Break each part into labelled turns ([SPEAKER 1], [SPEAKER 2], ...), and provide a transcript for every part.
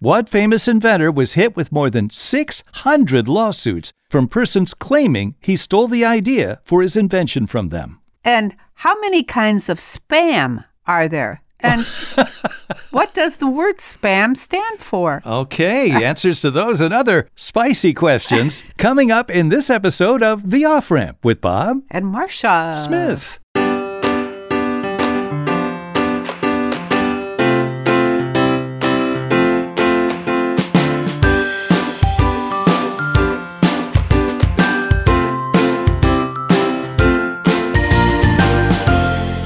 [SPEAKER 1] What famous inventor was hit with more than 600 lawsuits from persons claiming he stole the idea for his invention from them?
[SPEAKER 2] And how many kinds of spam are there? And what does the word spam stand for?
[SPEAKER 1] Okay, answers to those and other spicy questions coming up in this episode of The Off Ramp with Bob
[SPEAKER 2] And Marsha
[SPEAKER 1] Smith.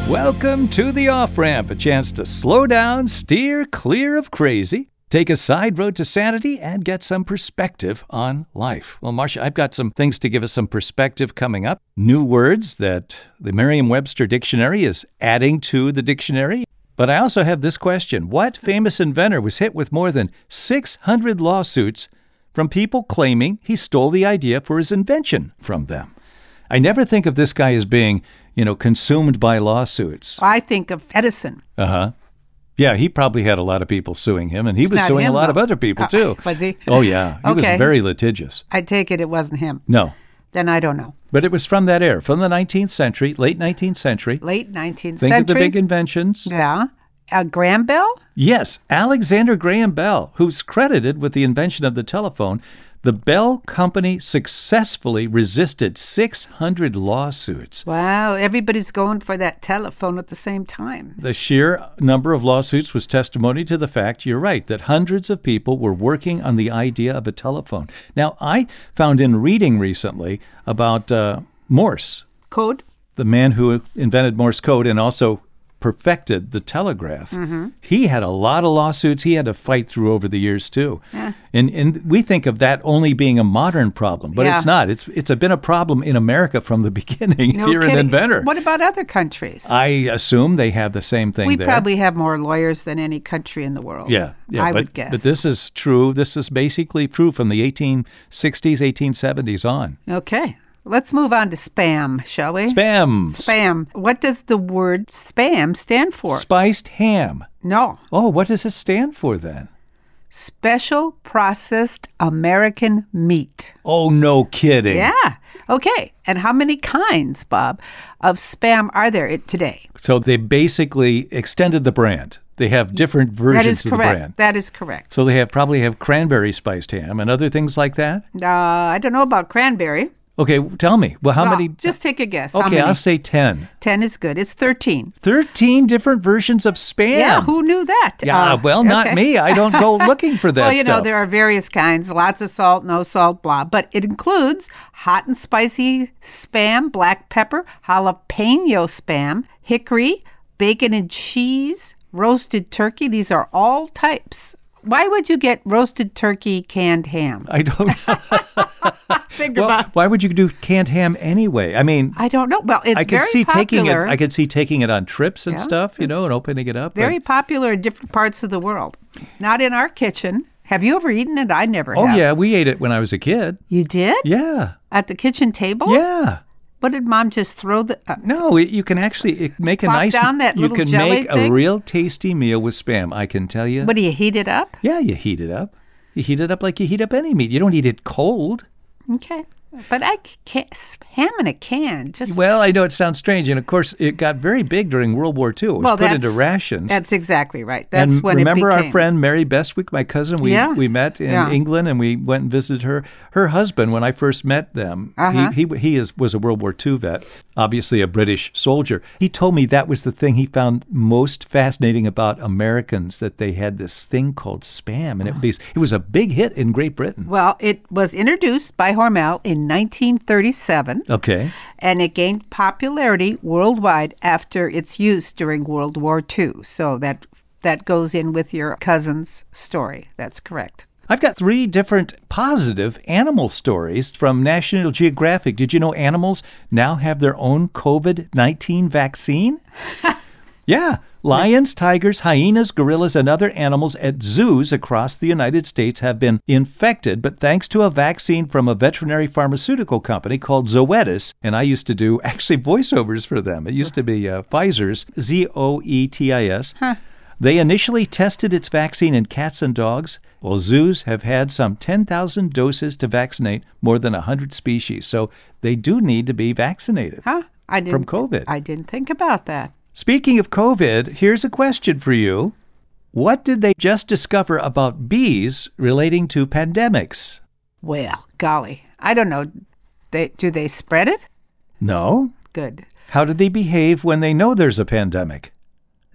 [SPEAKER 1] Welcome to the off ramp, a chance to slow down, steer clear of crazy, take a side road to sanity, and get some perspective on life. Well, Marcia, I've got some things to give us some perspective coming up. New words that the Merriam Webster Dictionary is adding to the dictionary. But I also have this question What famous inventor was hit with more than 600 lawsuits from people claiming he stole the idea for his invention from them? I never think of this guy as being, you know, consumed by lawsuits.
[SPEAKER 2] I think of Edison.
[SPEAKER 1] Uh huh. Yeah, he probably had a lot of people suing him, and he was
[SPEAKER 2] not
[SPEAKER 1] suing
[SPEAKER 2] him,
[SPEAKER 1] a lot of
[SPEAKER 2] though.
[SPEAKER 1] other people
[SPEAKER 2] Uh,
[SPEAKER 1] too.
[SPEAKER 2] was he?
[SPEAKER 1] Oh yeah, he
[SPEAKER 2] Okay.
[SPEAKER 1] was very litigious.
[SPEAKER 2] I take it it wasn't him.
[SPEAKER 1] No,
[SPEAKER 2] Then I don't know.
[SPEAKER 1] but it was from that era, from the 19th century, late 19th century.
[SPEAKER 2] Late 19th
[SPEAKER 1] Think of the
[SPEAKER 2] century.
[SPEAKER 1] big inventions.
[SPEAKER 2] yeah. Uh, Graham Bell?
[SPEAKER 1] Yes, Alexander Graham Bell, who's credited with the invention of the telephone, the Bell Company successfully resisted 600 lawsuits.
[SPEAKER 2] Wow. Everybody's going for that telephone at the same time.
[SPEAKER 1] The sheer number of lawsuits was testimony to the fact, you're right, that hundreds of people were working on the idea of a telephone. Now, I found in reading recently about uh, Morse,
[SPEAKER 2] Code?
[SPEAKER 1] the man who invented Morse code and also perfected the telegraph.
[SPEAKER 2] Mm-hmm.
[SPEAKER 1] He had a lot of lawsuits he had to fight through over the years too. And and we think of that only being a modern problem, but it's
[SPEAKER 2] Yeah.
[SPEAKER 1] not. It's it's been a problem in America from the beginning
[SPEAKER 2] No
[SPEAKER 1] if you're
[SPEAKER 2] kidding.
[SPEAKER 1] an inventor.
[SPEAKER 2] What about other countries?
[SPEAKER 1] I assume they have the same thing
[SPEAKER 2] we
[SPEAKER 1] there.
[SPEAKER 2] probably have more lawyers than any country in the world.
[SPEAKER 1] Yeah, yeah,
[SPEAKER 2] I
[SPEAKER 1] but,
[SPEAKER 2] would guess.
[SPEAKER 1] But this is true. This is basically true from the 1860s, 1870s on.
[SPEAKER 2] Okay. Let's move on to spam, shall we?
[SPEAKER 1] Spam,
[SPEAKER 2] Spam. What does the word spam stand for?
[SPEAKER 1] spiced ham.
[SPEAKER 2] no.
[SPEAKER 1] Oh, what does it stand for then?
[SPEAKER 2] Special processed American meat.
[SPEAKER 1] Oh, no kidding.
[SPEAKER 2] Yeah. Okay. And how many kinds, Bob, of spam are there i- today?
[SPEAKER 1] So they basically extended the brand. They have different versions
[SPEAKER 2] That is
[SPEAKER 1] of the brand.
[SPEAKER 2] correct. That is correct.
[SPEAKER 1] So they have probably have cranberry spiced ham and other things like that.
[SPEAKER 2] Uh, I don't know about cranberry.
[SPEAKER 1] Okay, tell me. Well, how
[SPEAKER 2] Uh,
[SPEAKER 1] many?
[SPEAKER 2] Just take a guess. how
[SPEAKER 1] okay,
[SPEAKER 2] many?
[SPEAKER 1] I'll say 10.
[SPEAKER 2] 10 is good. It's 13.
[SPEAKER 1] 13 different versions of spam.
[SPEAKER 2] Yeah. Who knew that?
[SPEAKER 1] Yeah,
[SPEAKER 2] Uh,
[SPEAKER 1] well, not
[SPEAKER 2] okay.
[SPEAKER 1] me. I don't go looking for that
[SPEAKER 2] well, you
[SPEAKER 1] stuff.
[SPEAKER 2] know, there are various kinds lots of salt, no salt, blah. But it includes hot and spicy spam, black pepper, jalapeno spam, hickory, bacon and cheese, roasted turkey. These are all types. Why would you get roasted turkey canned ham?
[SPEAKER 1] I don't
[SPEAKER 2] Uh, Think
[SPEAKER 1] Well,
[SPEAKER 2] about
[SPEAKER 1] why would you do canned ham anyway? I mean,
[SPEAKER 2] I don't know. Well, it's
[SPEAKER 1] I could
[SPEAKER 2] very
[SPEAKER 1] see taking it.
[SPEAKER 2] popular.
[SPEAKER 1] I could see taking it on trips and
[SPEAKER 2] Yeah,
[SPEAKER 1] stuff, you know, and opening it up. but-
[SPEAKER 2] very popular in different parts of the world. Not in our kitchen. Have you ever eaten it? I never
[SPEAKER 1] oh
[SPEAKER 2] have.
[SPEAKER 1] yeah, we ate it when I was a kid.
[SPEAKER 2] You did?
[SPEAKER 1] Yeah,
[SPEAKER 2] At the kitchen table?
[SPEAKER 1] yeah.
[SPEAKER 2] What did mom just throw the. Uh,
[SPEAKER 1] No, it, you can actually it, make a
[SPEAKER 2] Plop
[SPEAKER 1] nice.
[SPEAKER 2] down that
[SPEAKER 1] you
[SPEAKER 2] little
[SPEAKER 1] can
[SPEAKER 2] jelly
[SPEAKER 1] make a
[SPEAKER 2] thing?
[SPEAKER 1] real tasty meal with spam. I can tell you.
[SPEAKER 2] What do you heat it up?
[SPEAKER 1] yeah, you heat it up. You heat it up like you heat up any meat. You don't eat it cold.
[SPEAKER 2] Okay. But I c- can't, s- ham in a can. Just
[SPEAKER 1] Well, I know it sounds strange, and of course, it got very big during World War II. It was
[SPEAKER 2] Well,
[SPEAKER 1] put into
[SPEAKER 2] that's-
[SPEAKER 1] rations.
[SPEAKER 2] That's exactly right. That's
[SPEAKER 1] and
[SPEAKER 2] when
[SPEAKER 1] remember
[SPEAKER 2] it
[SPEAKER 1] our
[SPEAKER 2] became.
[SPEAKER 1] friend Mary Bestwick, my cousin. We
[SPEAKER 2] Yeah.
[SPEAKER 1] we met in
[SPEAKER 2] Yeah.
[SPEAKER 1] England, and we went and visited her. Her husband, when I first met them,
[SPEAKER 2] Uh-huh.
[SPEAKER 1] he, he he is was a World War II vet, obviously a British soldier. He told me that was the thing he found most fascinating about Americans that they had this thing called spam, and it
[SPEAKER 2] Oh.
[SPEAKER 1] was it was a big hit in Great Britain.
[SPEAKER 2] Well, it was introduced by Hormel in 1937
[SPEAKER 1] Okay,
[SPEAKER 2] and it gained popularity worldwide after its use during World War II. So that that goes in with your cousin's story. That's correct.
[SPEAKER 1] I've got three different positive animal stories from National Geographic. Did you know animals now have their own COVID 19 vaccine? yeah. Lions, tigers, hyenas, gorillas, and other animals at zoos across the United States have been infected, but thanks to a vaccine from a veterinary pharmaceutical company called Zoetis, and I used to do actually voiceovers for them. It used to be uh, Pfizer's, Z O E T I S. They initially tested its vaccine in cats and dogs, while zoos have had some 10,000 doses to vaccinate more than 100 species. So they do need to be vaccinated.
[SPEAKER 2] Huh? I didn't,
[SPEAKER 1] From COVID.
[SPEAKER 2] I didn't think about that.
[SPEAKER 1] Speaking of COVID, here's a question for you. What did they just discover about bees relating to pandemics?
[SPEAKER 2] Well, golly, I don't know. They, do they spread it?
[SPEAKER 1] No.
[SPEAKER 2] Good.
[SPEAKER 1] How do they behave when they know there's a pandemic?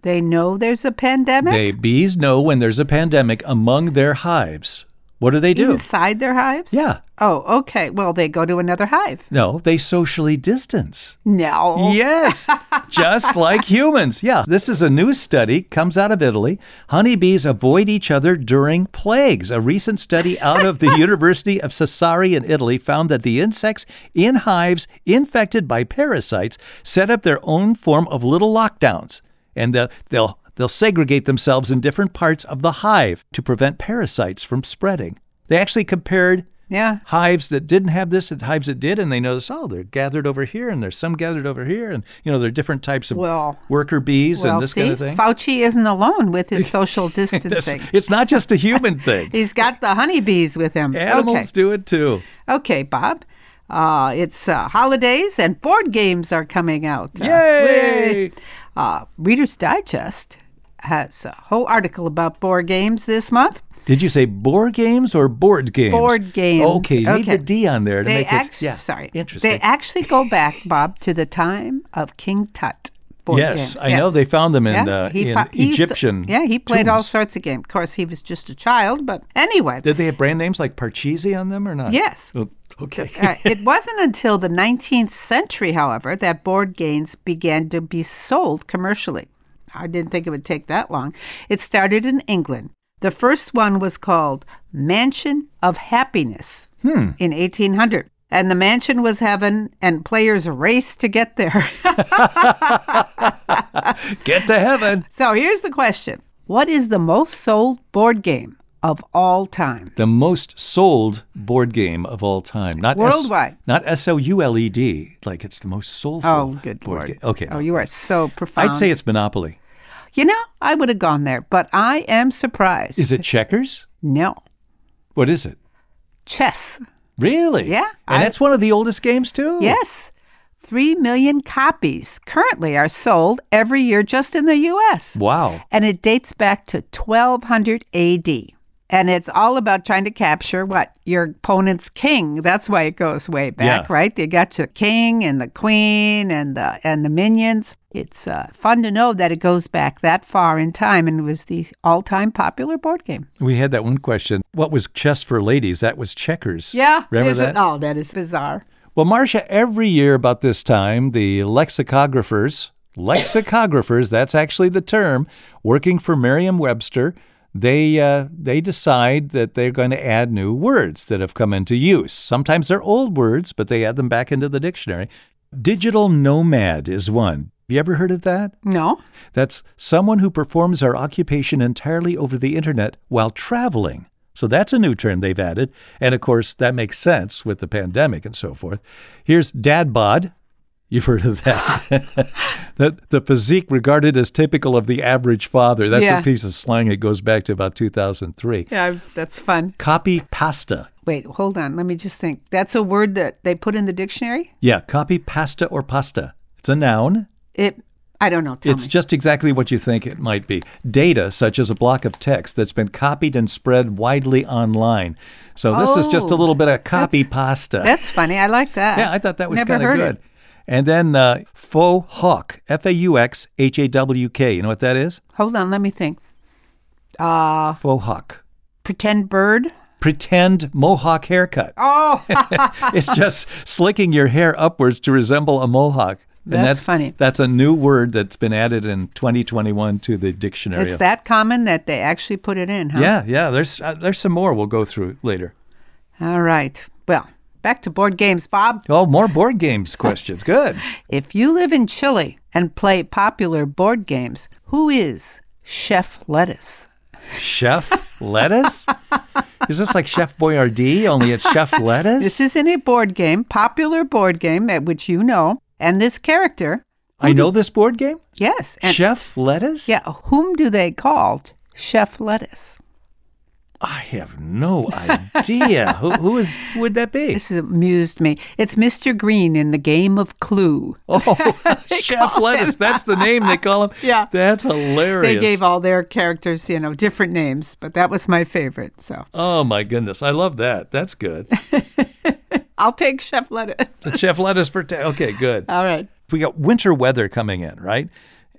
[SPEAKER 2] They know there's a pandemic
[SPEAKER 1] They bees know when there's a pandemic among their hives. What do they do?
[SPEAKER 2] inside their hives.
[SPEAKER 1] Yeah.
[SPEAKER 2] Oh, okay. Well, they go to another hive.
[SPEAKER 1] No, they socially distance.
[SPEAKER 2] No.
[SPEAKER 1] Yes, just like humans. Yeah, this is a new study comes out of Italy. Honeybees avoid each other during plagues. A recent study out of the University of Sassari in Italy found that the insects in hives infected by parasites set up their own form of little lockdowns, and they'll they'll, they'll segregate themselves in different parts of the hive to prevent parasites from spreading. They actually compared
[SPEAKER 2] Yeah.
[SPEAKER 1] hives that didn't have this and hives that did, and they noticed, oh, they're gathered over here, and there's some gathered over here, and you know, there are different types of
[SPEAKER 2] Well-
[SPEAKER 1] worker bees
[SPEAKER 2] well,
[SPEAKER 1] and this
[SPEAKER 2] see,
[SPEAKER 1] kind of thing.
[SPEAKER 2] Fauci isn't alone with his social
[SPEAKER 1] That's-
[SPEAKER 2] distancing.
[SPEAKER 1] it's not just a human thing.
[SPEAKER 2] He's got the honeybees with him.
[SPEAKER 1] Animals do it too.
[SPEAKER 2] Okay, okay Bob. Uh, it's uh, holidays and board games are coming out. Uh,
[SPEAKER 1] Yay!
[SPEAKER 2] whey. Uh, Reader's Digest has a whole article about board games this month.
[SPEAKER 1] Did you say board games or board games?
[SPEAKER 2] Board games.
[SPEAKER 1] Okay, you need
[SPEAKER 2] Okay.
[SPEAKER 1] the D on there to
[SPEAKER 2] They
[SPEAKER 1] make it.
[SPEAKER 2] act-
[SPEAKER 1] Yeah,
[SPEAKER 2] sorry.
[SPEAKER 1] Interesting.
[SPEAKER 2] They actually go back, Bob, to the time of King Tut. Board
[SPEAKER 1] yes,
[SPEAKER 2] games.
[SPEAKER 1] I know
[SPEAKER 2] Yes.
[SPEAKER 1] they found them in,
[SPEAKER 2] yeah,
[SPEAKER 1] uh,
[SPEAKER 2] he
[SPEAKER 1] in
[SPEAKER 2] fi- he used to-
[SPEAKER 1] Egyptian.
[SPEAKER 2] yeah, he played all
[SPEAKER 1] tombs.
[SPEAKER 2] sorts of games. Of course, he was just a child, but anyway.
[SPEAKER 1] Did they have brand names like Parcheesi on them or not?
[SPEAKER 2] Yes.
[SPEAKER 1] Oh, okay.
[SPEAKER 2] Uh, it wasn't until the 19th century, however, that board games began to be sold commercially. I didn't think it would take that long. It started in England. The first one was called Mansion of Happiness
[SPEAKER 1] Hmm.
[SPEAKER 2] in 1800. And the mansion was heaven, and players raced to get there.
[SPEAKER 1] Get to heaven.
[SPEAKER 2] so here's the question What is the most sold board game of all time?
[SPEAKER 1] the most sold board game of all time. Not S-
[SPEAKER 2] Worldwide.
[SPEAKER 1] not S O U L E D. Like it's the most soulful.
[SPEAKER 2] Oh, good
[SPEAKER 1] board
[SPEAKER 2] lord.
[SPEAKER 1] Game. Okay.
[SPEAKER 2] Oh, you are so profound.
[SPEAKER 1] I'd say it's Monopoly.
[SPEAKER 2] You know, I would have gone there, but I am surprised.
[SPEAKER 1] Is it checkers?
[SPEAKER 2] No.
[SPEAKER 1] What is it?
[SPEAKER 2] Chess.
[SPEAKER 1] Oh. Really?
[SPEAKER 2] Yeah,
[SPEAKER 1] And
[SPEAKER 2] I-
[SPEAKER 1] that's one of the oldest games too.
[SPEAKER 2] Yes. 3 million copies currently are sold every year just in the US.
[SPEAKER 1] Wow.
[SPEAKER 2] And it dates back to 1200 AD. And it's all about trying to capture what? Your opponent's king. That's why it goes way back,
[SPEAKER 1] Yeah.
[SPEAKER 2] right? They got your king and the queen and the and the minions. It's uh, fun to know that it goes back that far in time and was the all-time popular board game.
[SPEAKER 1] We had that one question. What was chess for ladies? That was checkers. Remember
[SPEAKER 2] isn't-
[SPEAKER 1] that?
[SPEAKER 2] Oh, that is bizarre.
[SPEAKER 1] Well, Marcia, every year about this time, the lexicographers, lexicographers, that's actually the term, working for Merriam-Webster, they uh, they decide that they're going to add new words that have come into use. Sometimes they're old words, but they add them back into the dictionary. Digital nomad is one. Have you ever heard of that?
[SPEAKER 2] No.
[SPEAKER 1] That's someone who performs our occupation entirely over the internet while traveling. So that's a new term they've added. And of course, that makes sense with the pandemic and so forth. Here's dad bod. You've heard of that. that the physique regarded as typical of the average father. That's
[SPEAKER 2] Yeah.
[SPEAKER 1] a piece of slang. It goes back to about 2003.
[SPEAKER 2] Yeah, that's fun.
[SPEAKER 1] Copy pasta.
[SPEAKER 2] Wait, hold on. Let me just think. That's a word that they put in the dictionary.
[SPEAKER 1] Yeah, copy pasta or pasta. It's a noun.
[SPEAKER 2] It. I don't know. Tell
[SPEAKER 1] it's
[SPEAKER 2] me.
[SPEAKER 1] just exactly what you think it might be. Data, such as a block of text that's been copied and spread widely online. So this is just a
[SPEAKER 2] Oh,
[SPEAKER 1] little bit of copy pasta.
[SPEAKER 2] That's funny. I like that.
[SPEAKER 1] yeah, I thought that was
[SPEAKER 2] Never
[SPEAKER 1] kind of
[SPEAKER 2] heard
[SPEAKER 1] good.
[SPEAKER 2] It.
[SPEAKER 1] And then uh, faux hawk, F A U X H A W K. You know what that is?
[SPEAKER 2] Hold on. Let me think. Uh,
[SPEAKER 1] Faux hawk.
[SPEAKER 2] pretend bird.
[SPEAKER 1] Pretend mohawk haircut.
[SPEAKER 2] Oh,
[SPEAKER 1] it's just slicking your hair upwards to resemble a mohawk.
[SPEAKER 2] That's funny.
[SPEAKER 1] That's a new word that's been added in 2021 to the dictionary.
[SPEAKER 2] it's that common that they actually put it in, huh?
[SPEAKER 1] Yeah, yeah. There's uh, there's some more we'll go through later.
[SPEAKER 2] All right. Well, back to board games, Bob.
[SPEAKER 1] Oh, more board games questions. Good.
[SPEAKER 2] If you live in Chile and play popular board games, who is Chef Lettuce?
[SPEAKER 1] Chef lettuce? Is this like Chef Boyardee, only it's Chef lettuce?
[SPEAKER 2] This is in a board game, popular board game at which you know, and this character
[SPEAKER 1] I know this board game.
[SPEAKER 2] Yes. And
[SPEAKER 1] Chef Lettuce?
[SPEAKER 2] yeah, whom do they call Chef Lettuce?
[SPEAKER 1] I have no idea. who, who is who would that be?
[SPEAKER 2] This amused me. It's Mr. Green in the game of Clue.
[SPEAKER 1] Oh, Chef Lettuce. That's the name they call him.
[SPEAKER 2] Yeah.
[SPEAKER 1] That's hilarious.
[SPEAKER 2] They gave all their characters, you know, different names, but that was my favorite. So
[SPEAKER 1] oh, my goodness. I love that. That's good.
[SPEAKER 2] I'll take Chef Lettuce.
[SPEAKER 1] The Chef Lettuce for. Ta- okay, good.
[SPEAKER 2] All right.
[SPEAKER 1] We got winter weather coming in, right?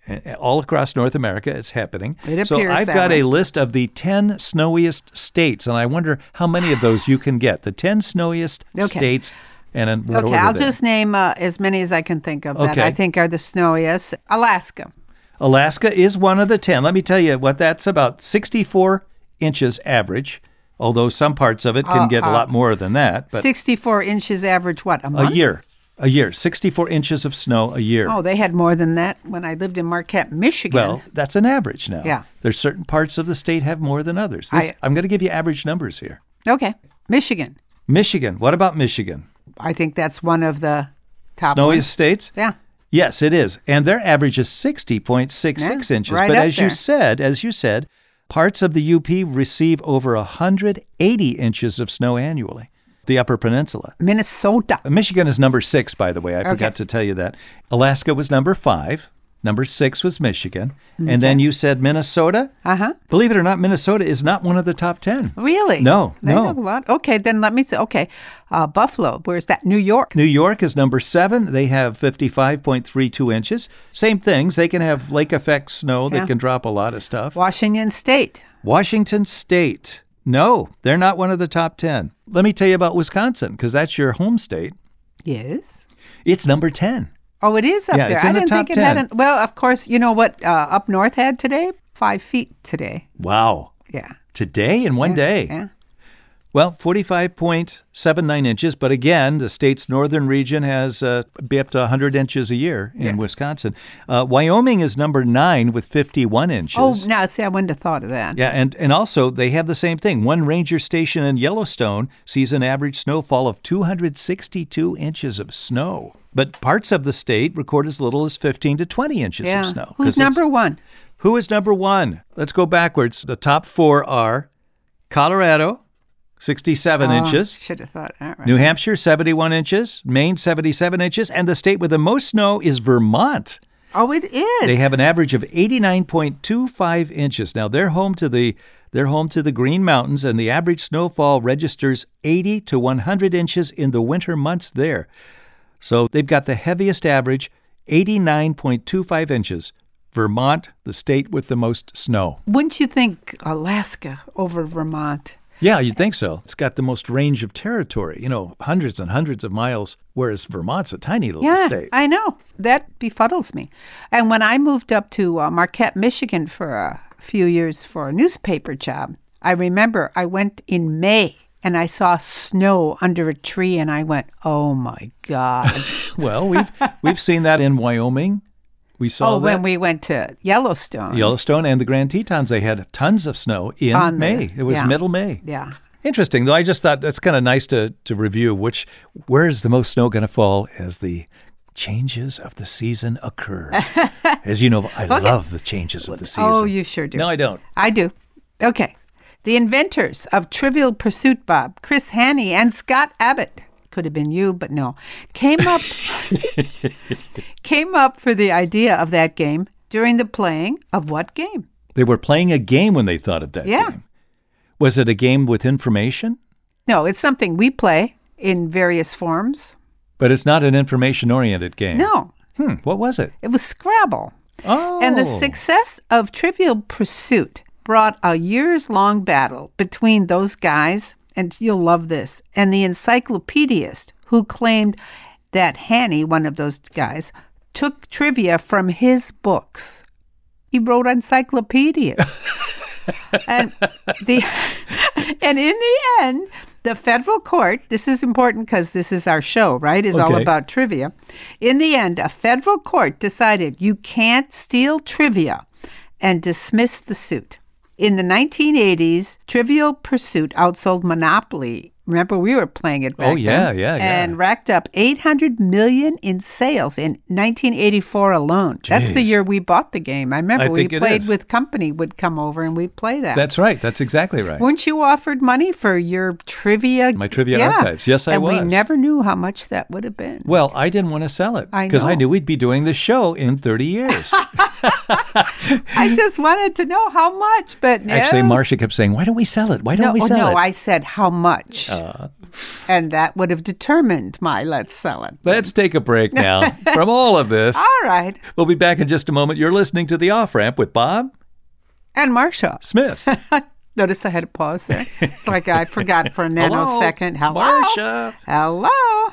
[SPEAKER 1] A- All across North America, it's happening.
[SPEAKER 2] It
[SPEAKER 1] so
[SPEAKER 2] appears
[SPEAKER 1] I've
[SPEAKER 2] that
[SPEAKER 1] got
[SPEAKER 2] way.
[SPEAKER 1] a list of the 10 snowiest states, and I wonder how many of those you can get. The 10 snowiest
[SPEAKER 2] Okay.
[SPEAKER 1] states, and in what
[SPEAKER 2] Okay,
[SPEAKER 1] order
[SPEAKER 2] I'll
[SPEAKER 1] they-
[SPEAKER 2] just name uh, as many as I can think of that I
[SPEAKER 1] Okay.
[SPEAKER 2] think are the snowiest. Alaska.
[SPEAKER 1] Alaska is one of the 10. Let me tell you what that's about 64 inches average, although some parts of it
[SPEAKER 2] Uh,
[SPEAKER 1] can get a lot more than that. But
[SPEAKER 2] 64 inches average, what, a month?
[SPEAKER 1] a year, a year, 64 inches of snow a year.
[SPEAKER 2] Oh, they had more than that when I lived in Marquette, Michigan.
[SPEAKER 1] well, that's an average now.
[SPEAKER 2] Yeah.
[SPEAKER 1] There's certain parts of the state have more than others. This,
[SPEAKER 2] I-
[SPEAKER 1] I'm going to give you average numbers here.
[SPEAKER 2] okay. Michigan.
[SPEAKER 1] Michigan. What about Michigan?
[SPEAKER 2] I think that's one of the top
[SPEAKER 1] Snowiest
[SPEAKER 2] ones.
[SPEAKER 1] states?
[SPEAKER 2] Yeah.
[SPEAKER 1] Yes, it is. And their average is 60.66
[SPEAKER 2] Yeah,
[SPEAKER 1] inches.
[SPEAKER 2] right
[SPEAKER 1] but
[SPEAKER 2] up
[SPEAKER 1] as
[SPEAKER 2] there.
[SPEAKER 1] you said, as you said, parts of the UP receive over 180 inches of snow annually, the Upper Peninsula.
[SPEAKER 2] Minnesota.
[SPEAKER 1] Michigan is number six, by the way. I forgot to tell you that. Alaska was number five. Number six was Michigan. And then you said Minnesota.
[SPEAKER 2] Uh huh.
[SPEAKER 1] Believe it or not, Minnesota is not one of the top 10.
[SPEAKER 2] Really?
[SPEAKER 1] No,
[SPEAKER 2] They
[SPEAKER 1] no.
[SPEAKER 2] have a lot. Okay, then let me say, okay, uh, Buffalo. Where's that? New York.
[SPEAKER 1] New York is number seven. They have 55.32 inches. Same things. They can have lake effect snow. They
[SPEAKER 2] Yeah.
[SPEAKER 1] can drop a lot of stuff.
[SPEAKER 2] Washington State.
[SPEAKER 1] Washington State. No, they're not one of the top 10. Let me tell you about Wisconsin because that's your home state.
[SPEAKER 2] Yes.
[SPEAKER 1] It's number 10.
[SPEAKER 2] Oh, it is up
[SPEAKER 1] Yeah,
[SPEAKER 2] there.
[SPEAKER 1] it's in
[SPEAKER 2] I
[SPEAKER 1] the
[SPEAKER 2] didn't
[SPEAKER 1] top
[SPEAKER 2] think it had
[SPEAKER 1] 10.
[SPEAKER 2] an. Well, of course, you know what uh, up north had today? Five feet today.
[SPEAKER 1] Wow.
[SPEAKER 2] Yeah.
[SPEAKER 1] Today in one day.
[SPEAKER 2] Yeah.
[SPEAKER 1] Well, 45.79 inches, but again, the state's northern region has uh, be up to 100 inches a year in Wisconsin. Uh, Wyoming is number nine with 51 inches.
[SPEAKER 2] Oh, now see, I wouldn't have thought of that.
[SPEAKER 1] Yeah, and, and also they have the same thing. One ranger station in Yellowstone sees an average snowfall of 262 inches of snow. But parts of the state record as little as 15 to 20 inches
[SPEAKER 2] Yeah.
[SPEAKER 1] of snow. 'cause it's-
[SPEAKER 2] Who's number one?
[SPEAKER 1] Who is number one? Let's go backwards. The top four are Colorado, 67
[SPEAKER 2] Ah,
[SPEAKER 1] inches.
[SPEAKER 2] Should have Oh, thought. All right.
[SPEAKER 1] New Hampshire, 71 inches. Maine, 77 inches. And the state with the most snow is Vermont.
[SPEAKER 2] oh, it is.
[SPEAKER 1] They have an average of 89.25 inches. Now they're home to the they're home to the Green Mountains and the average snowfall registers 80 to 100 inches in the winter months there. So they've got the heaviest average 89.25 inches. Vermont, the state with the most snow.
[SPEAKER 2] Wouldn't you think Alaska over Vermont?
[SPEAKER 1] Yeah, you'd think so. It's got the most range of territory, you know, hundreds and hundreds of miles, whereas Vermont's a tiny little
[SPEAKER 2] Yeah,
[SPEAKER 1] state.
[SPEAKER 2] I know. That befuddles me. And when I moved up to uh, Marquette, Michigan for a few years for a newspaper job, I remember I went in May and I saw snow under a tree and I went, oh my God.
[SPEAKER 1] well, we've we've seen that in Wyoming. We saw
[SPEAKER 2] oh,
[SPEAKER 1] that.
[SPEAKER 2] when we went to Yellowstone.
[SPEAKER 1] Yellowstone and the Grand Tetons, they had tons of snow in
[SPEAKER 2] On the-
[SPEAKER 1] May. it was
[SPEAKER 2] yeah.
[SPEAKER 1] middle May.
[SPEAKER 2] yeah.
[SPEAKER 1] Interesting, though. I just thought that's kind of nice to, to review which where is the most snow going to fall as the changes of the season occur. as you know, I love the changes of the season.
[SPEAKER 2] Oh, you sure do.
[SPEAKER 1] no, I don't.
[SPEAKER 2] I do. Okay. The inventors of Trivial Pursuit, Bob, Chris Haney, and Scott Abbott, could have been you, but no, came up came up for the idea of that game during the playing of what game?
[SPEAKER 1] They were playing a game when they thought of that
[SPEAKER 2] Yeah.
[SPEAKER 1] game. Was it a game with information?
[SPEAKER 2] No, it's something we play in various forms.
[SPEAKER 1] But it's not an information oriented game.
[SPEAKER 2] No,
[SPEAKER 1] Hmm, what was it?
[SPEAKER 2] it was Scrabble.
[SPEAKER 1] Oh.
[SPEAKER 2] And the success of Trivial Pursuit brought a years long battle between those guys, and you'll love this, and the encyclopedist who claimed that Hanny, one of those guys, took trivia from his books. He wrote encyclopedias. and the and in the end, the federal court, this is important because this is our show, right? Is all
[SPEAKER 1] Okay.
[SPEAKER 2] about trivia. In the end, a federal court decided you can't steal trivia and dismissed the suit. In the 1980s, Trivial Pursuit outsold Monopoly Remember, we were playing it back
[SPEAKER 1] Oh, yeah,
[SPEAKER 2] then,
[SPEAKER 1] yeah, yeah.
[SPEAKER 2] And racked up 800 million in sales in 1984 alone. That's the
[SPEAKER 1] Jeez.
[SPEAKER 2] year we bought the game. I remember
[SPEAKER 1] I
[SPEAKER 2] we
[SPEAKER 1] think it
[SPEAKER 2] played
[SPEAKER 1] is.
[SPEAKER 2] with company would come over and we'd play that.
[SPEAKER 1] That's right. That's exactly right.
[SPEAKER 2] Weren't you offered money for your trivia?
[SPEAKER 1] My trivia archives. Yes, I
[SPEAKER 2] and we
[SPEAKER 1] was.
[SPEAKER 2] never knew how much that would have been.
[SPEAKER 1] Well, I didn't want to sell it
[SPEAKER 2] I
[SPEAKER 1] because I,
[SPEAKER 2] know.
[SPEAKER 1] knew we'd be doing this show in 30 years.
[SPEAKER 2] I just wanted to know how much, but no.
[SPEAKER 1] Actually, Marcia kept saying, "Why don't we sell it? Why don't
[SPEAKER 2] no,
[SPEAKER 1] we
[SPEAKER 2] oh,
[SPEAKER 1] sell
[SPEAKER 2] no,
[SPEAKER 1] it?" Uh.
[SPEAKER 2] I said how much, and that would have determined my let's sell it.
[SPEAKER 1] Let's take a break now from all of this.
[SPEAKER 2] All right,
[SPEAKER 1] We'll be back in just a moment. You're listening to the Off Ramp with Bob
[SPEAKER 2] and Marsha.
[SPEAKER 1] Smith.
[SPEAKER 2] Notice I had a pause there. It's like I forgot for a nanosecond. Hello,
[SPEAKER 1] Marcia.
[SPEAKER 2] Hello.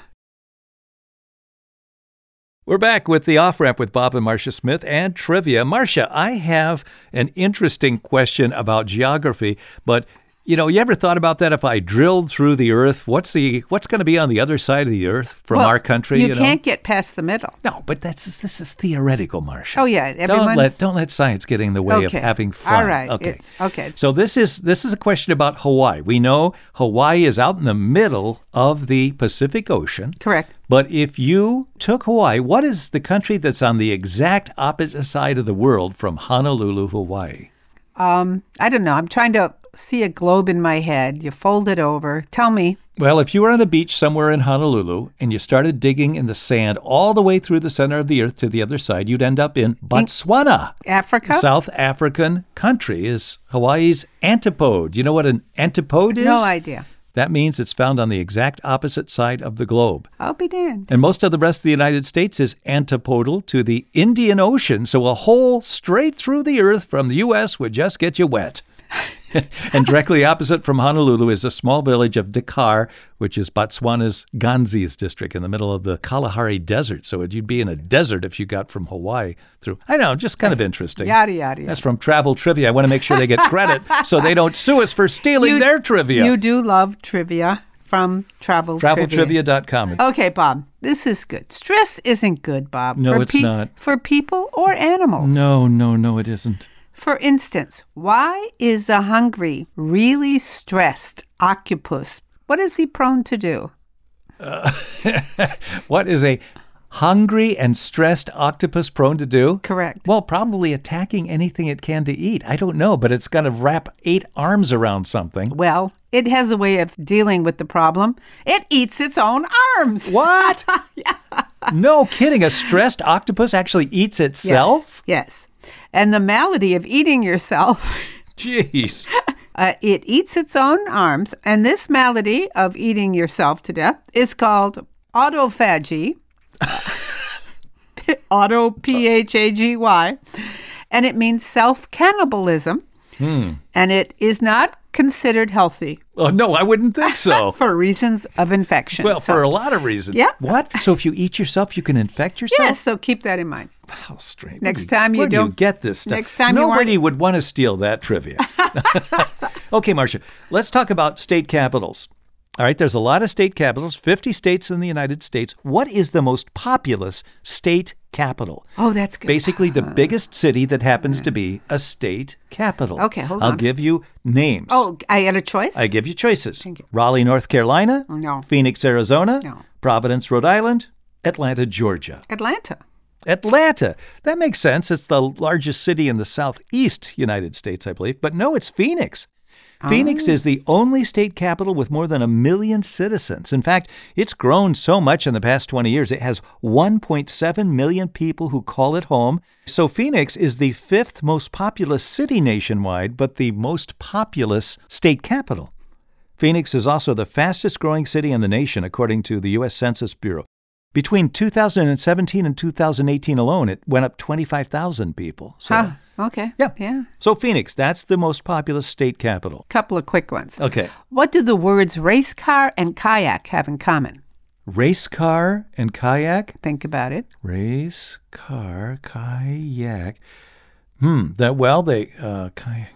[SPEAKER 1] We're back with the off ramp with Bob and Marcia Smith and trivia. Marcia, I have an interesting question about geography, but you know, you ever thought about that? If I drilled through the Earth, what's the what's going to be on the other side of the Earth from
[SPEAKER 2] Well,
[SPEAKER 1] our country?
[SPEAKER 2] you,
[SPEAKER 1] know?
[SPEAKER 2] can't get past the middle.
[SPEAKER 1] No, but that's just- this is theoretical, Marcia.
[SPEAKER 2] Oh, yeah,
[SPEAKER 1] Don't let
[SPEAKER 2] everyone's-
[SPEAKER 1] don't let science get in the way of
[SPEAKER 2] Okay.
[SPEAKER 1] having
[SPEAKER 2] All
[SPEAKER 1] fun.
[SPEAKER 2] right,
[SPEAKER 1] Okay.
[SPEAKER 2] it's- okay, it's-
[SPEAKER 1] So this is this is a question about Hawaii. We know Hawaii is out in the middle of the Pacific Ocean.
[SPEAKER 2] Correct.
[SPEAKER 1] But if you took Hawaii, what is the country that's on the exact opposite side of the world from Honolulu, Hawaii?
[SPEAKER 2] Um, I don't know. I'm trying to see a globe in my head. You fold it over. Tell me.
[SPEAKER 1] Well, if you were on a beach somewhere in Honolulu and you started digging in the sand all the way through the center of the earth to the other side, you'd end up in Botswana.
[SPEAKER 2] Africa?
[SPEAKER 1] South African country is Hawaii's antipode. You know what an antipode is?
[SPEAKER 2] No idea.
[SPEAKER 1] That means it's found on the exact opposite side of the globe.
[SPEAKER 2] I'll be damned.
[SPEAKER 1] And most of the rest of the United States is antipodal to the Indian Ocean, so a hole straight through the earth from the U.S. would just get you wet. and directly opposite from Honolulu is a small village of Dakar, which is Botswana's Ganges district in the middle of the Kalahari Desert. So you'd be in a desert if you got from Hawaii through. I know, just kind of interesting.
[SPEAKER 2] Yada, yada, yada.
[SPEAKER 1] That's from Travel Trivia. I want to make sure they get credit so they don't sue us for stealing
[SPEAKER 2] You-
[SPEAKER 1] their trivia.
[SPEAKER 2] You do love trivia from travel trivia.
[SPEAKER 1] TravelTrivia.com.
[SPEAKER 2] Okay, Bob, this is good. Stress isn't good, Bob.
[SPEAKER 1] No,
[SPEAKER 2] for
[SPEAKER 1] it's not.
[SPEAKER 2] For people or animals.
[SPEAKER 1] No, no, no, it isn't.
[SPEAKER 2] For instance, why is a hungry, really stressed octopus? What is he prone to do?
[SPEAKER 1] What is a hungry and stressed octopus prone to do?
[SPEAKER 2] Correct.
[SPEAKER 1] Well, probably attacking anything it can to eat. I don't know, but it's got to wrap eight arms around something.
[SPEAKER 2] Well, it has a way of dealing with the problem. It eats its own arms.
[SPEAKER 1] What? No kidding. A stressed octopus actually eats itself?
[SPEAKER 2] Yes. yes. And the malady of eating yourself
[SPEAKER 1] Jeez.
[SPEAKER 2] Uh, it eats its own arms, and this malady of eating yourself to death is called autophagy. Auto P H A G Y. And it means self cannibalism.
[SPEAKER 1] Hmm.
[SPEAKER 2] And it is not considered healthy
[SPEAKER 1] Oh, no, I wouldn't think so.
[SPEAKER 2] for reasons of infection.
[SPEAKER 1] Well,
[SPEAKER 2] So-
[SPEAKER 1] for a lot of reasons.
[SPEAKER 2] Yeah.
[SPEAKER 1] What? So if you eat yourself, you can infect yourself?
[SPEAKER 2] Yes, so keep that in mind.
[SPEAKER 1] How strange.
[SPEAKER 2] Next
[SPEAKER 1] Where do
[SPEAKER 2] time you
[SPEAKER 1] where do
[SPEAKER 2] don't-
[SPEAKER 1] get this stuff.
[SPEAKER 2] next time you aren't-
[SPEAKER 1] nobody would want to steal that trivia. okay, Marcia, let's talk about state capitals. All right, there's a lot of state capitals, 50 states in the United States. What is the most populous state capital?
[SPEAKER 2] Oh, that's good. Hmm.
[SPEAKER 1] Basically, the biggest city that happens to be a state capital.
[SPEAKER 2] Okay, hold
[SPEAKER 1] I'll
[SPEAKER 2] on.
[SPEAKER 1] give you names.
[SPEAKER 2] Oh, I had a choice? Oh,
[SPEAKER 1] I give you choices. Raleigh, North Carolina.
[SPEAKER 2] No.
[SPEAKER 1] Phoenix, Arizona.
[SPEAKER 2] No.
[SPEAKER 1] Providence, Rhode Island. Atlanta, Georgia.
[SPEAKER 2] Atlanta.
[SPEAKER 1] Atlanta. That makes sense. It's the largest city in the southeast United States, I believe. But no, it's Phoenix.
[SPEAKER 2] Oh.
[SPEAKER 1] Phoenix is the only state capital with more than a million citizens. In fact, it's grown so much in the past 20 years, it has 1.7 million people who call it home. So, Phoenix is the fifth most populous city nationwide, but the most populous state capital. Phoenix is also the fastest growing city in the nation, according to the U.S. Census Bureau. Between 2017 and 2018 alone, it went up 25,000 people. So,
[SPEAKER 2] Huh. Okay.
[SPEAKER 1] Yeah.
[SPEAKER 2] Yeah.
[SPEAKER 1] so Phoenix, that's the most populous state capital.
[SPEAKER 2] Couple of quick ones.
[SPEAKER 1] Okay.
[SPEAKER 2] What do the words race car and kayak have in common?
[SPEAKER 1] Race car and kayak.
[SPEAKER 2] Think about it.
[SPEAKER 1] Race car, kayak. Hmm. That well, they uh, kayak.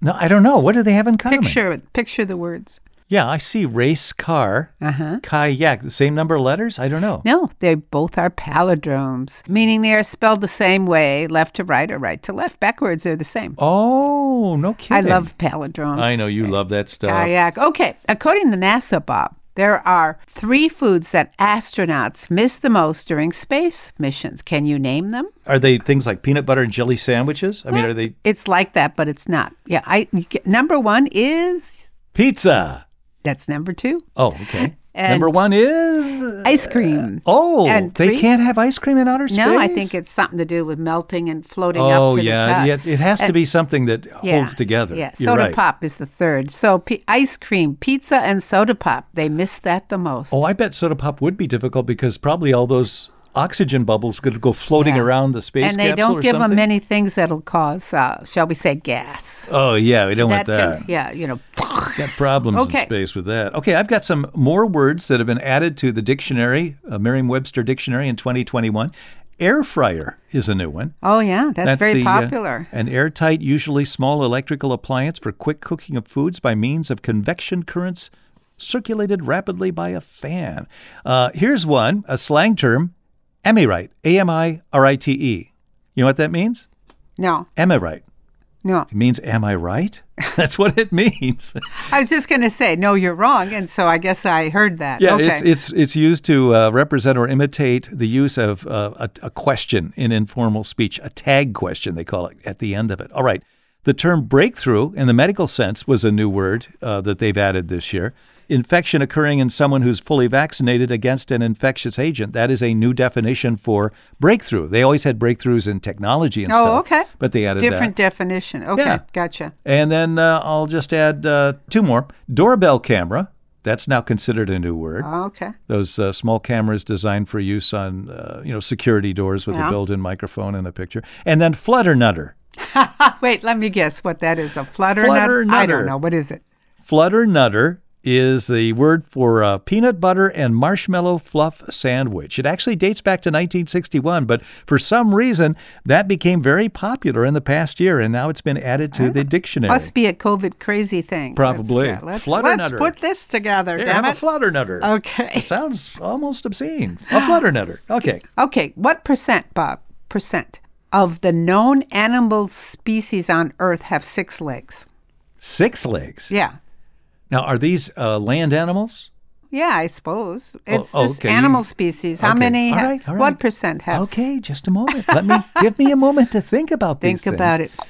[SPEAKER 1] No, I don't know. What do they have in common?
[SPEAKER 2] Picture it. Picture the words.
[SPEAKER 1] Yeah, I see race car, uh-huh. kayak, the same number of letters? I don't know.
[SPEAKER 2] Mm-hmm. No, they both are palindromes, meaning they are spelled the same way, left to right or right to left. Backwards, they're the same.
[SPEAKER 1] Oh, no kidding.
[SPEAKER 2] I love palindromes.
[SPEAKER 1] I know you love that stuff.
[SPEAKER 2] Kayak. Okay, according to NASA, Bob, there are three foods that astronauts miss the most during space missions. Can you name them?
[SPEAKER 1] Are they things like peanut butter and jelly sandwiches? I mean, are they
[SPEAKER 2] It's like that, but it's not. Yeah, I you get- number one is
[SPEAKER 1] pizza?
[SPEAKER 2] that's number two,
[SPEAKER 1] Oh, okay.
[SPEAKER 2] And-
[SPEAKER 1] number one is
[SPEAKER 2] ice cream.
[SPEAKER 1] oh,
[SPEAKER 2] and
[SPEAKER 1] they
[SPEAKER 2] three-
[SPEAKER 1] can't have ice cream in outer space.
[SPEAKER 2] No, I think it's something to do with melting and floating
[SPEAKER 1] Oh
[SPEAKER 2] up to the
[SPEAKER 1] yeah,
[SPEAKER 2] top.
[SPEAKER 1] yeah. It has to be something that holds together.
[SPEAKER 2] Yeah,
[SPEAKER 1] You're
[SPEAKER 2] soda
[SPEAKER 1] right.
[SPEAKER 2] pop is the third. So p- ice cream, pizza, and soda pop. They miss that the most.
[SPEAKER 1] Oh, I bet soda pop would be difficult because probably all those oxygen bubbles could go floating
[SPEAKER 2] Yeah.
[SPEAKER 1] around the space
[SPEAKER 2] and they
[SPEAKER 1] capsule
[SPEAKER 2] don't
[SPEAKER 1] or
[SPEAKER 2] give
[SPEAKER 1] something.
[SPEAKER 2] them many things that'll cause, uh, shall we say, gas.
[SPEAKER 1] Oh yeah, we don't want that.
[SPEAKER 2] can- yeah, you know.
[SPEAKER 1] Got problems in
[SPEAKER 2] Okay.
[SPEAKER 1] space with that. Okay, I've got some more words that have been added to the dictionary, uh, Merriam-Webster dictionary in 2021. Air fryer is a new one.
[SPEAKER 2] Oh yeah, that's, very
[SPEAKER 1] the, uh,
[SPEAKER 2] popular.
[SPEAKER 1] an airtight, usually small electrical appliance for quick cooking of foods by means of convection currents circulated rapidly by a fan. Uh, here's one, a slang term, amyrite, A M I R I T E. You know what that means?
[SPEAKER 2] no,
[SPEAKER 1] Amyrite.
[SPEAKER 2] no.
[SPEAKER 1] It means, am I right? That's what it means.
[SPEAKER 2] I was just going to say, no, you're wrong, and so I guess I heard that.
[SPEAKER 1] Yeah,
[SPEAKER 2] okay.
[SPEAKER 1] it's it's it's used to uh, represent or imitate the use of uh, a, a question in informal speech, a tag question they call it at the end of it. All right, the term breakthrough in the medical sense was a new word uh, that they've added this year. Infection occurring in someone who's fully vaccinated against an infectious agent. That is a new definition for breakthrough. They always had breakthroughs in technology and
[SPEAKER 2] Oh,
[SPEAKER 1] stuff.
[SPEAKER 2] okay.
[SPEAKER 1] But they added that.
[SPEAKER 2] different definition. Okay,
[SPEAKER 1] Yeah.
[SPEAKER 2] gotcha.
[SPEAKER 1] And then uh, I'll just add uh, two more. Doorbell camera. That's now considered a new word
[SPEAKER 2] Okay.
[SPEAKER 1] those uh, small cameras designed for use on uh, you know security doors with a built-in microphone and a picture and then flutter nutter
[SPEAKER 2] Wait, let me guess what that is. A flutter,
[SPEAKER 1] Flutter
[SPEAKER 2] nut? I
[SPEAKER 1] nutter.
[SPEAKER 2] don't know. What is it?
[SPEAKER 1] flutter nutter is the word for uh, peanut butter and marshmallow fluff sandwich. It actually dates back to 1961, but for some reason that became very popular in the past year, and now it's been added to
[SPEAKER 2] Oh.
[SPEAKER 1] the dictionary.
[SPEAKER 2] Must be a COVID crazy thing. Let's
[SPEAKER 1] Probably.
[SPEAKER 2] get- Let's,
[SPEAKER 1] Flutter
[SPEAKER 2] let's
[SPEAKER 1] nutter.
[SPEAKER 2] put this together.
[SPEAKER 1] Here, have
[SPEAKER 2] damn
[SPEAKER 1] a
[SPEAKER 2] it. Oh.
[SPEAKER 1] flutter nutter.
[SPEAKER 2] okay.
[SPEAKER 1] It sounds almost obscene. A flutter nutter. Okay.
[SPEAKER 2] Okay. What percent, Bob? Percent of the known animal species on Earth have six legs?
[SPEAKER 1] Six legs.
[SPEAKER 2] Yeah.
[SPEAKER 1] Now, are these uh, land animals?
[SPEAKER 2] Yeah, I suppose it's
[SPEAKER 1] oh,
[SPEAKER 2] just
[SPEAKER 1] okay, you-
[SPEAKER 2] animal species. How
[SPEAKER 1] okay.
[SPEAKER 2] many?
[SPEAKER 1] All
[SPEAKER 2] ha-
[SPEAKER 1] right, all right.
[SPEAKER 2] What percent have? s-
[SPEAKER 1] Okay, just a moment. Let me give me a moment to think about these
[SPEAKER 2] Think about it.
[SPEAKER 1] it.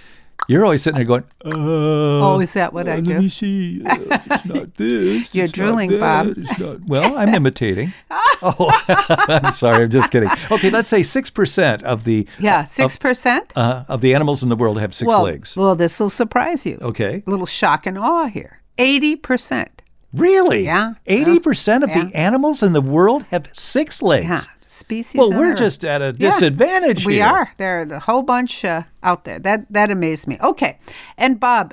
[SPEAKER 1] You're always sitting there going, uh,
[SPEAKER 2] Oh, is that what I
[SPEAKER 1] Let me
[SPEAKER 2] do?
[SPEAKER 1] see. Uh, it's not this.
[SPEAKER 2] You're
[SPEAKER 1] it's not
[SPEAKER 2] drooling, Bob.
[SPEAKER 1] that, it's not- Well, I'm imitating. oh, I'm sorry. I'm just kidding. Okay, let's say six percent of the
[SPEAKER 2] Yeah, six percent.
[SPEAKER 1] uh, of the animals in the world have six
[SPEAKER 2] well,
[SPEAKER 1] legs.
[SPEAKER 2] well, this will surprise you.
[SPEAKER 1] Okay,
[SPEAKER 2] A little shock and awe here. Eighty percent.
[SPEAKER 1] really?
[SPEAKER 2] Yeah,
[SPEAKER 1] Eighty percent of the animals in the world have six legs.
[SPEAKER 2] Yeah, species.
[SPEAKER 1] Well,
[SPEAKER 2] on
[SPEAKER 1] we're
[SPEAKER 2] Earth.
[SPEAKER 1] just at a disadvantage
[SPEAKER 2] We
[SPEAKER 1] here.
[SPEAKER 2] are. There are a whole bunch uh, out there. That that amazed me. Okay, and Bob,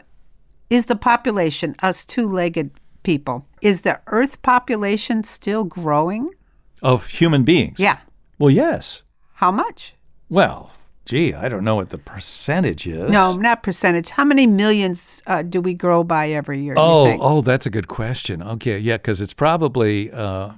[SPEAKER 2] is the population us two-legged people? Is the Earth population still growing?
[SPEAKER 1] of human beings.
[SPEAKER 2] Yeah.
[SPEAKER 1] Well, yes.
[SPEAKER 2] How much?
[SPEAKER 1] Well, gee, I don't know what the percentage is.
[SPEAKER 2] No, not percentage. How many millions uh, do we grow by every year? you
[SPEAKER 1] Oh,
[SPEAKER 2] think?
[SPEAKER 1] oh, that's a good question. Okay, yeah, because it's probably uh,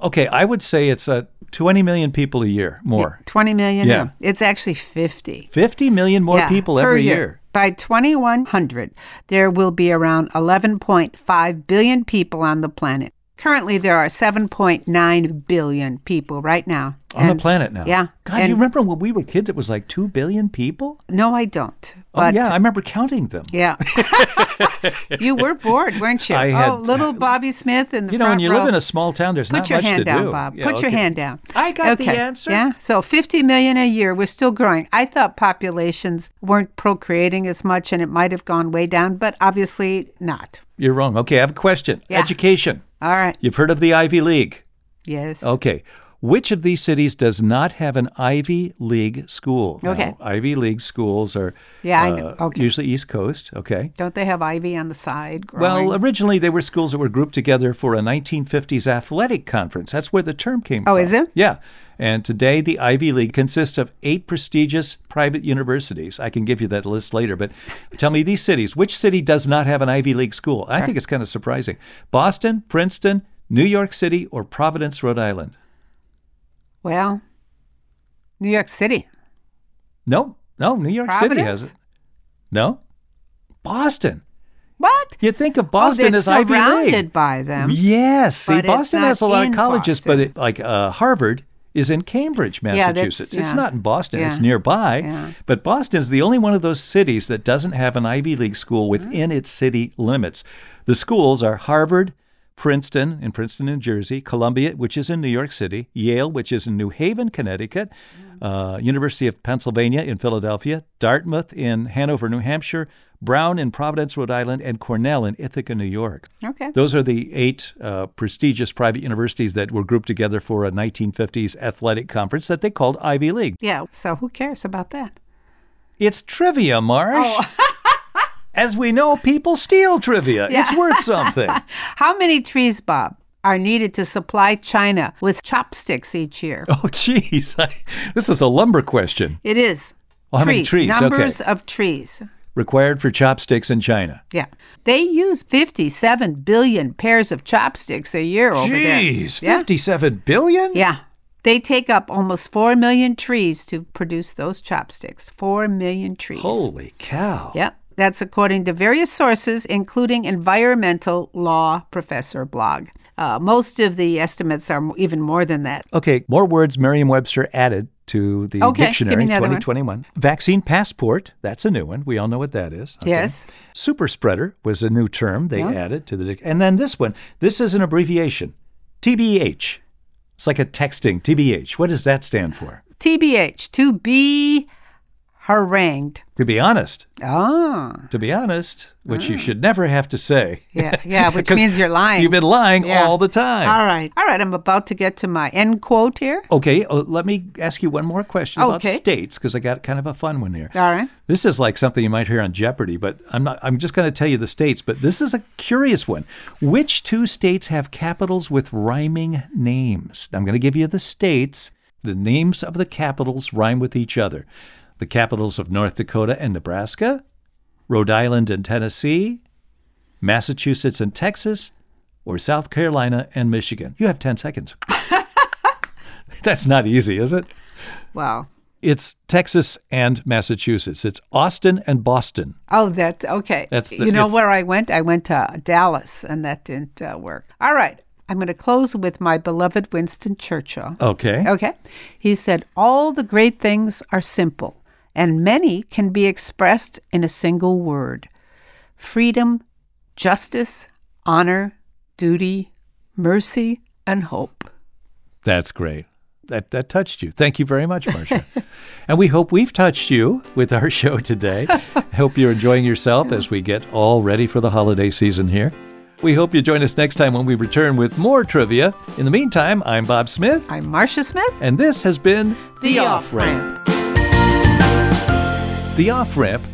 [SPEAKER 1] okay. I would say it's uh, 20 million people a year more.
[SPEAKER 2] twenty million.
[SPEAKER 1] Yeah.
[SPEAKER 2] No, it's actually fifty.
[SPEAKER 1] 50 million more
[SPEAKER 2] Yeah,
[SPEAKER 1] people
[SPEAKER 2] per
[SPEAKER 1] every
[SPEAKER 2] year.
[SPEAKER 1] year.
[SPEAKER 2] By 2100, there will be around 11.5 billion people on the planet. Currently, there are 7.9 billion people right now.
[SPEAKER 1] on the
[SPEAKER 2] And-
[SPEAKER 1] planet now.
[SPEAKER 2] Yeah.
[SPEAKER 1] God,
[SPEAKER 2] and-
[SPEAKER 1] you remember when we were kids? It was like two billion people.
[SPEAKER 2] No, I don't.
[SPEAKER 1] Oh,
[SPEAKER 2] But
[SPEAKER 1] yeah, I remember counting them.
[SPEAKER 2] yeah. you were bored, weren't you?
[SPEAKER 1] I
[SPEAKER 2] oh,
[SPEAKER 1] had- uh,
[SPEAKER 2] little Bobby Smith in the
[SPEAKER 1] You know,
[SPEAKER 2] front
[SPEAKER 1] when you
[SPEAKER 2] row.
[SPEAKER 1] live in a small town, there's
[SPEAKER 2] Put
[SPEAKER 1] not
[SPEAKER 2] your
[SPEAKER 1] much to
[SPEAKER 2] hand down,
[SPEAKER 1] do.
[SPEAKER 2] Bob.
[SPEAKER 1] Yeah,
[SPEAKER 2] Put your
[SPEAKER 1] okay.
[SPEAKER 2] hand down.
[SPEAKER 1] I got the
[SPEAKER 2] Okay.
[SPEAKER 1] answer.
[SPEAKER 2] Yeah. So 50 million a year. We're still growing. I thought populations weren't procreating as much and it might have gone way down, but obviously not.
[SPEAKER 1] You're wrong. Okay, I have a question.
[SPEAKER 2] Yeah.
[SPEAKER 1] Education.
[SPEAKER 2] All right.
[SPEAKER 1] You've heard of the Ivy League.
[SPEAKER 2] Yes.
[SPEAKER 1] Okay. Which of these cities does not have an Ivy League school? Now,
[SPEAKER 2] Okay.
[SPEAKER 1] Ivy League schools are uh,
[SPEAKER 2] Yeah, I know. Okay.
[SPEAKER 1] usually East Coast. Okay.
[SPEAKER 2] Don't they have ivy on the side growing?
[SPEAKER 1] Well, uh, originally they were schools that were grouped together for a 1950s athletic conference. That's where the term came from.
[SPEAKER 2] Oh, is it?
[SPEAKER 1] Yeah. And today the Ivy League consists of eight prestigious private universities. I can give you that list later, but tell me these cities. Which city does not have an Ivy League school? I think it's kind of surprising. Boston, Princeton, New York City, or Providence, Rhode Island?
[SPEAKER 2] well, New York City.
[SPEAKER 1] No, no, New York City has
[SPEAKER 2] Providence?
[SPEAKER 1] it. No? Boston.
[SPEAKER 2] What?
[SPEAKER 1] You think of
[SPEAKER 2] Oh,
[SPEAKER 1] Boston
[SPEAKER 2] they're
[SPEAKER 1] as Ivy League.
[SPEAKER 2] surrounded by them.
[SPEAKER 1] Yes. See,
[SPEAKER 2] but it's
[SPEAKER 1] Boston
[SPEAKER 2] not
[SPEAKER 1] has a lot
[SPEAKER 2] in
[SPEAKER 1] of colleges,
[SPEAKER 2] Boston.
[SPEAKER 1] but it, like uh, Harvard is in Cambridge,
[SPEAKER 2] Yeah, that's-
[SPEAKER 1] Massachusetts. It's
[SPEAKER 2] yeah.
[SPEAKER 1] not in Boston, it's
[SPEAKER 2] Yeah.
[SPEAKER 1] nearby.
[SPEAKER 2] Yeah.
[SPEAKER 1] But Boston is the only one of those cities that doesn't have an Ivy League school within
[SPEAKER 2] Ah.
[SPEAKER 1] its city limits. The schools are Harvard, Princeton in Princeton, New Jersey, Columbia, which is in New York City, Yale, which is in New Haven, Connecticut,
[SPEAKER 2] Mm.
[SPEAKER 1] uh, University of Pennsylvania in Philadelphia, Dartmouth in Hanover, New Hampshire, Brown in Providence, Rhode Island, and Cornell in Ithaca, New York.
[SPEAKER 2] Okay.
[SPEAKER 1] Those are the eight uh, prestigious private universities that were grouped together for a 1950s athletic conference that they called Ivy League.
[SPEAKER 2] Yeah. So who cares about that?
[SPEAKER 1] It's trivia, Marsh.
[SPEAKER 2] Oh.
[SPEAKER 1] As we know, people steal trivia. It's worth something.
[SPEAKER 2] How many trees, Bob, are needed to supply China with chopsticks each year?
[SPEAKER 1] oh, geez. this is a lumber question.
[SPEAKER 2] It is.
[SPEAKER 1] Well, how
[SPEAKER 2] trees,
[SPEAKER 1] many trees? Okay.
[SPEAKER 2] Numbers of trees.
[SPEAKER 1] Required for chopsticks in China.
[SPEAKER 2] Yeah. They use 57 billion pairs of chopsticks a year over there.
[SPEAKER 1] Geez,
[SPEAKER 2] Yeah.
[SPEAKER 1] fifty-seven billion.
[SPEAKER 2] Yeah. They take up almost 4 million trees to produce those chopsticks. 4 million trees.
[SPEAKER 1] Holy cow.
[SPEAKER 2] Yep. That's according to various sources, including environmental law professor blog. Uh, most of the estimates are m- even more than that.
[SPEAKER 1] Okay, more words Merriam Webster added to the
[SPEAKER 2] Okay, give me
[SPEAKER 1] dictionary
[SPEAKER 2] another one.
[SPEAKER 1] 2021. Vaccine passport, that's a new one. We all know what that is. Okay.
[SPEAKER 2] Yes.
[SPEAKER 1] Super spreader was a new term they added to the dic- And then this one, this is an abbreviation TBH. It's like a texting, TBH. What does that stand for?
[SPEAKER 2] TBH, to be harangued.
[SPEAKER 1] To be honest,
[SPEAKER 2] Oh,
[SPEAKER 1] to be honest, which you should never have to say.
[SPEAKER 2] Ah. yeah, yeah, which
[SPEAKER 1] 'Cause
[SPEAKER 2] means you're lying.
[SPEAKER 1] You've been lying
[SPEAKER 2] Yeah.
[SPEAKER 1] all the time.
[SPEAKER 2] All right. All right, I'm about to get to my end quote here.
[SPEAKER 1] Okay, oh, let me ask you one more question about
[SPEAKER 2] Okay.
[SPEAKER 1] states because I got kind of a fun one here.
[SPEAKER 2] All right.
[SPEAKER 1] This is like something you might hear on Jeopardy, but I'm not I'm just going to tell you the states, but this is a curious one. Which two states have capitals with rhyming names? I'm going to give you the states. The names of the capitals rhyme with each other. The capitals of North Dakota and Nebraska, Rhode Island and Tennessee, Massachusetts and Texas, or South Carolina and Michigan. You have 10 seconds. That's not easy, is it?
[SPEAKER 2] Wow.
[SPEAKER 1] It's Texas and Massachusetts. It's Austin and Boston.
[SPEAKER 2] Oh, that okay.
[SPEAKER 1] That's the-
[SPEAKER 2] you know
[SPEAKER 1] it's-
[SPEAKER 2] where I went. I went to Dallas, and that didn't uh, work. All right. I'm going to close with my beloved Winston Churchill.
[SPEAKER 1] Okay.
[SPEAKER 2] Okay. He said, All the great things are simple, and many can be expressed in a single word freedom, justice, honor, duty, mercy, and hope.
[SPEAKER 1] That's great. That, that touched you. Thank you very much, Marcia. and we hope we've touched you with our show today. I hope you're enjoying yourself as we get all ready for the holiday season here. We hope you join us next time when we return with more trivia. In the meantime, I'm Bob Smith,
[SPEAKER 2] I'm Marcia Smith,
[SPEAKER 1] and this has been The Off Ramp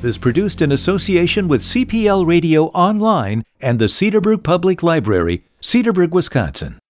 [SPEAKER 1] is produced in association with CPL Radio Online and the Cedarbrook Public Library, Cedarburg, Wisconsin.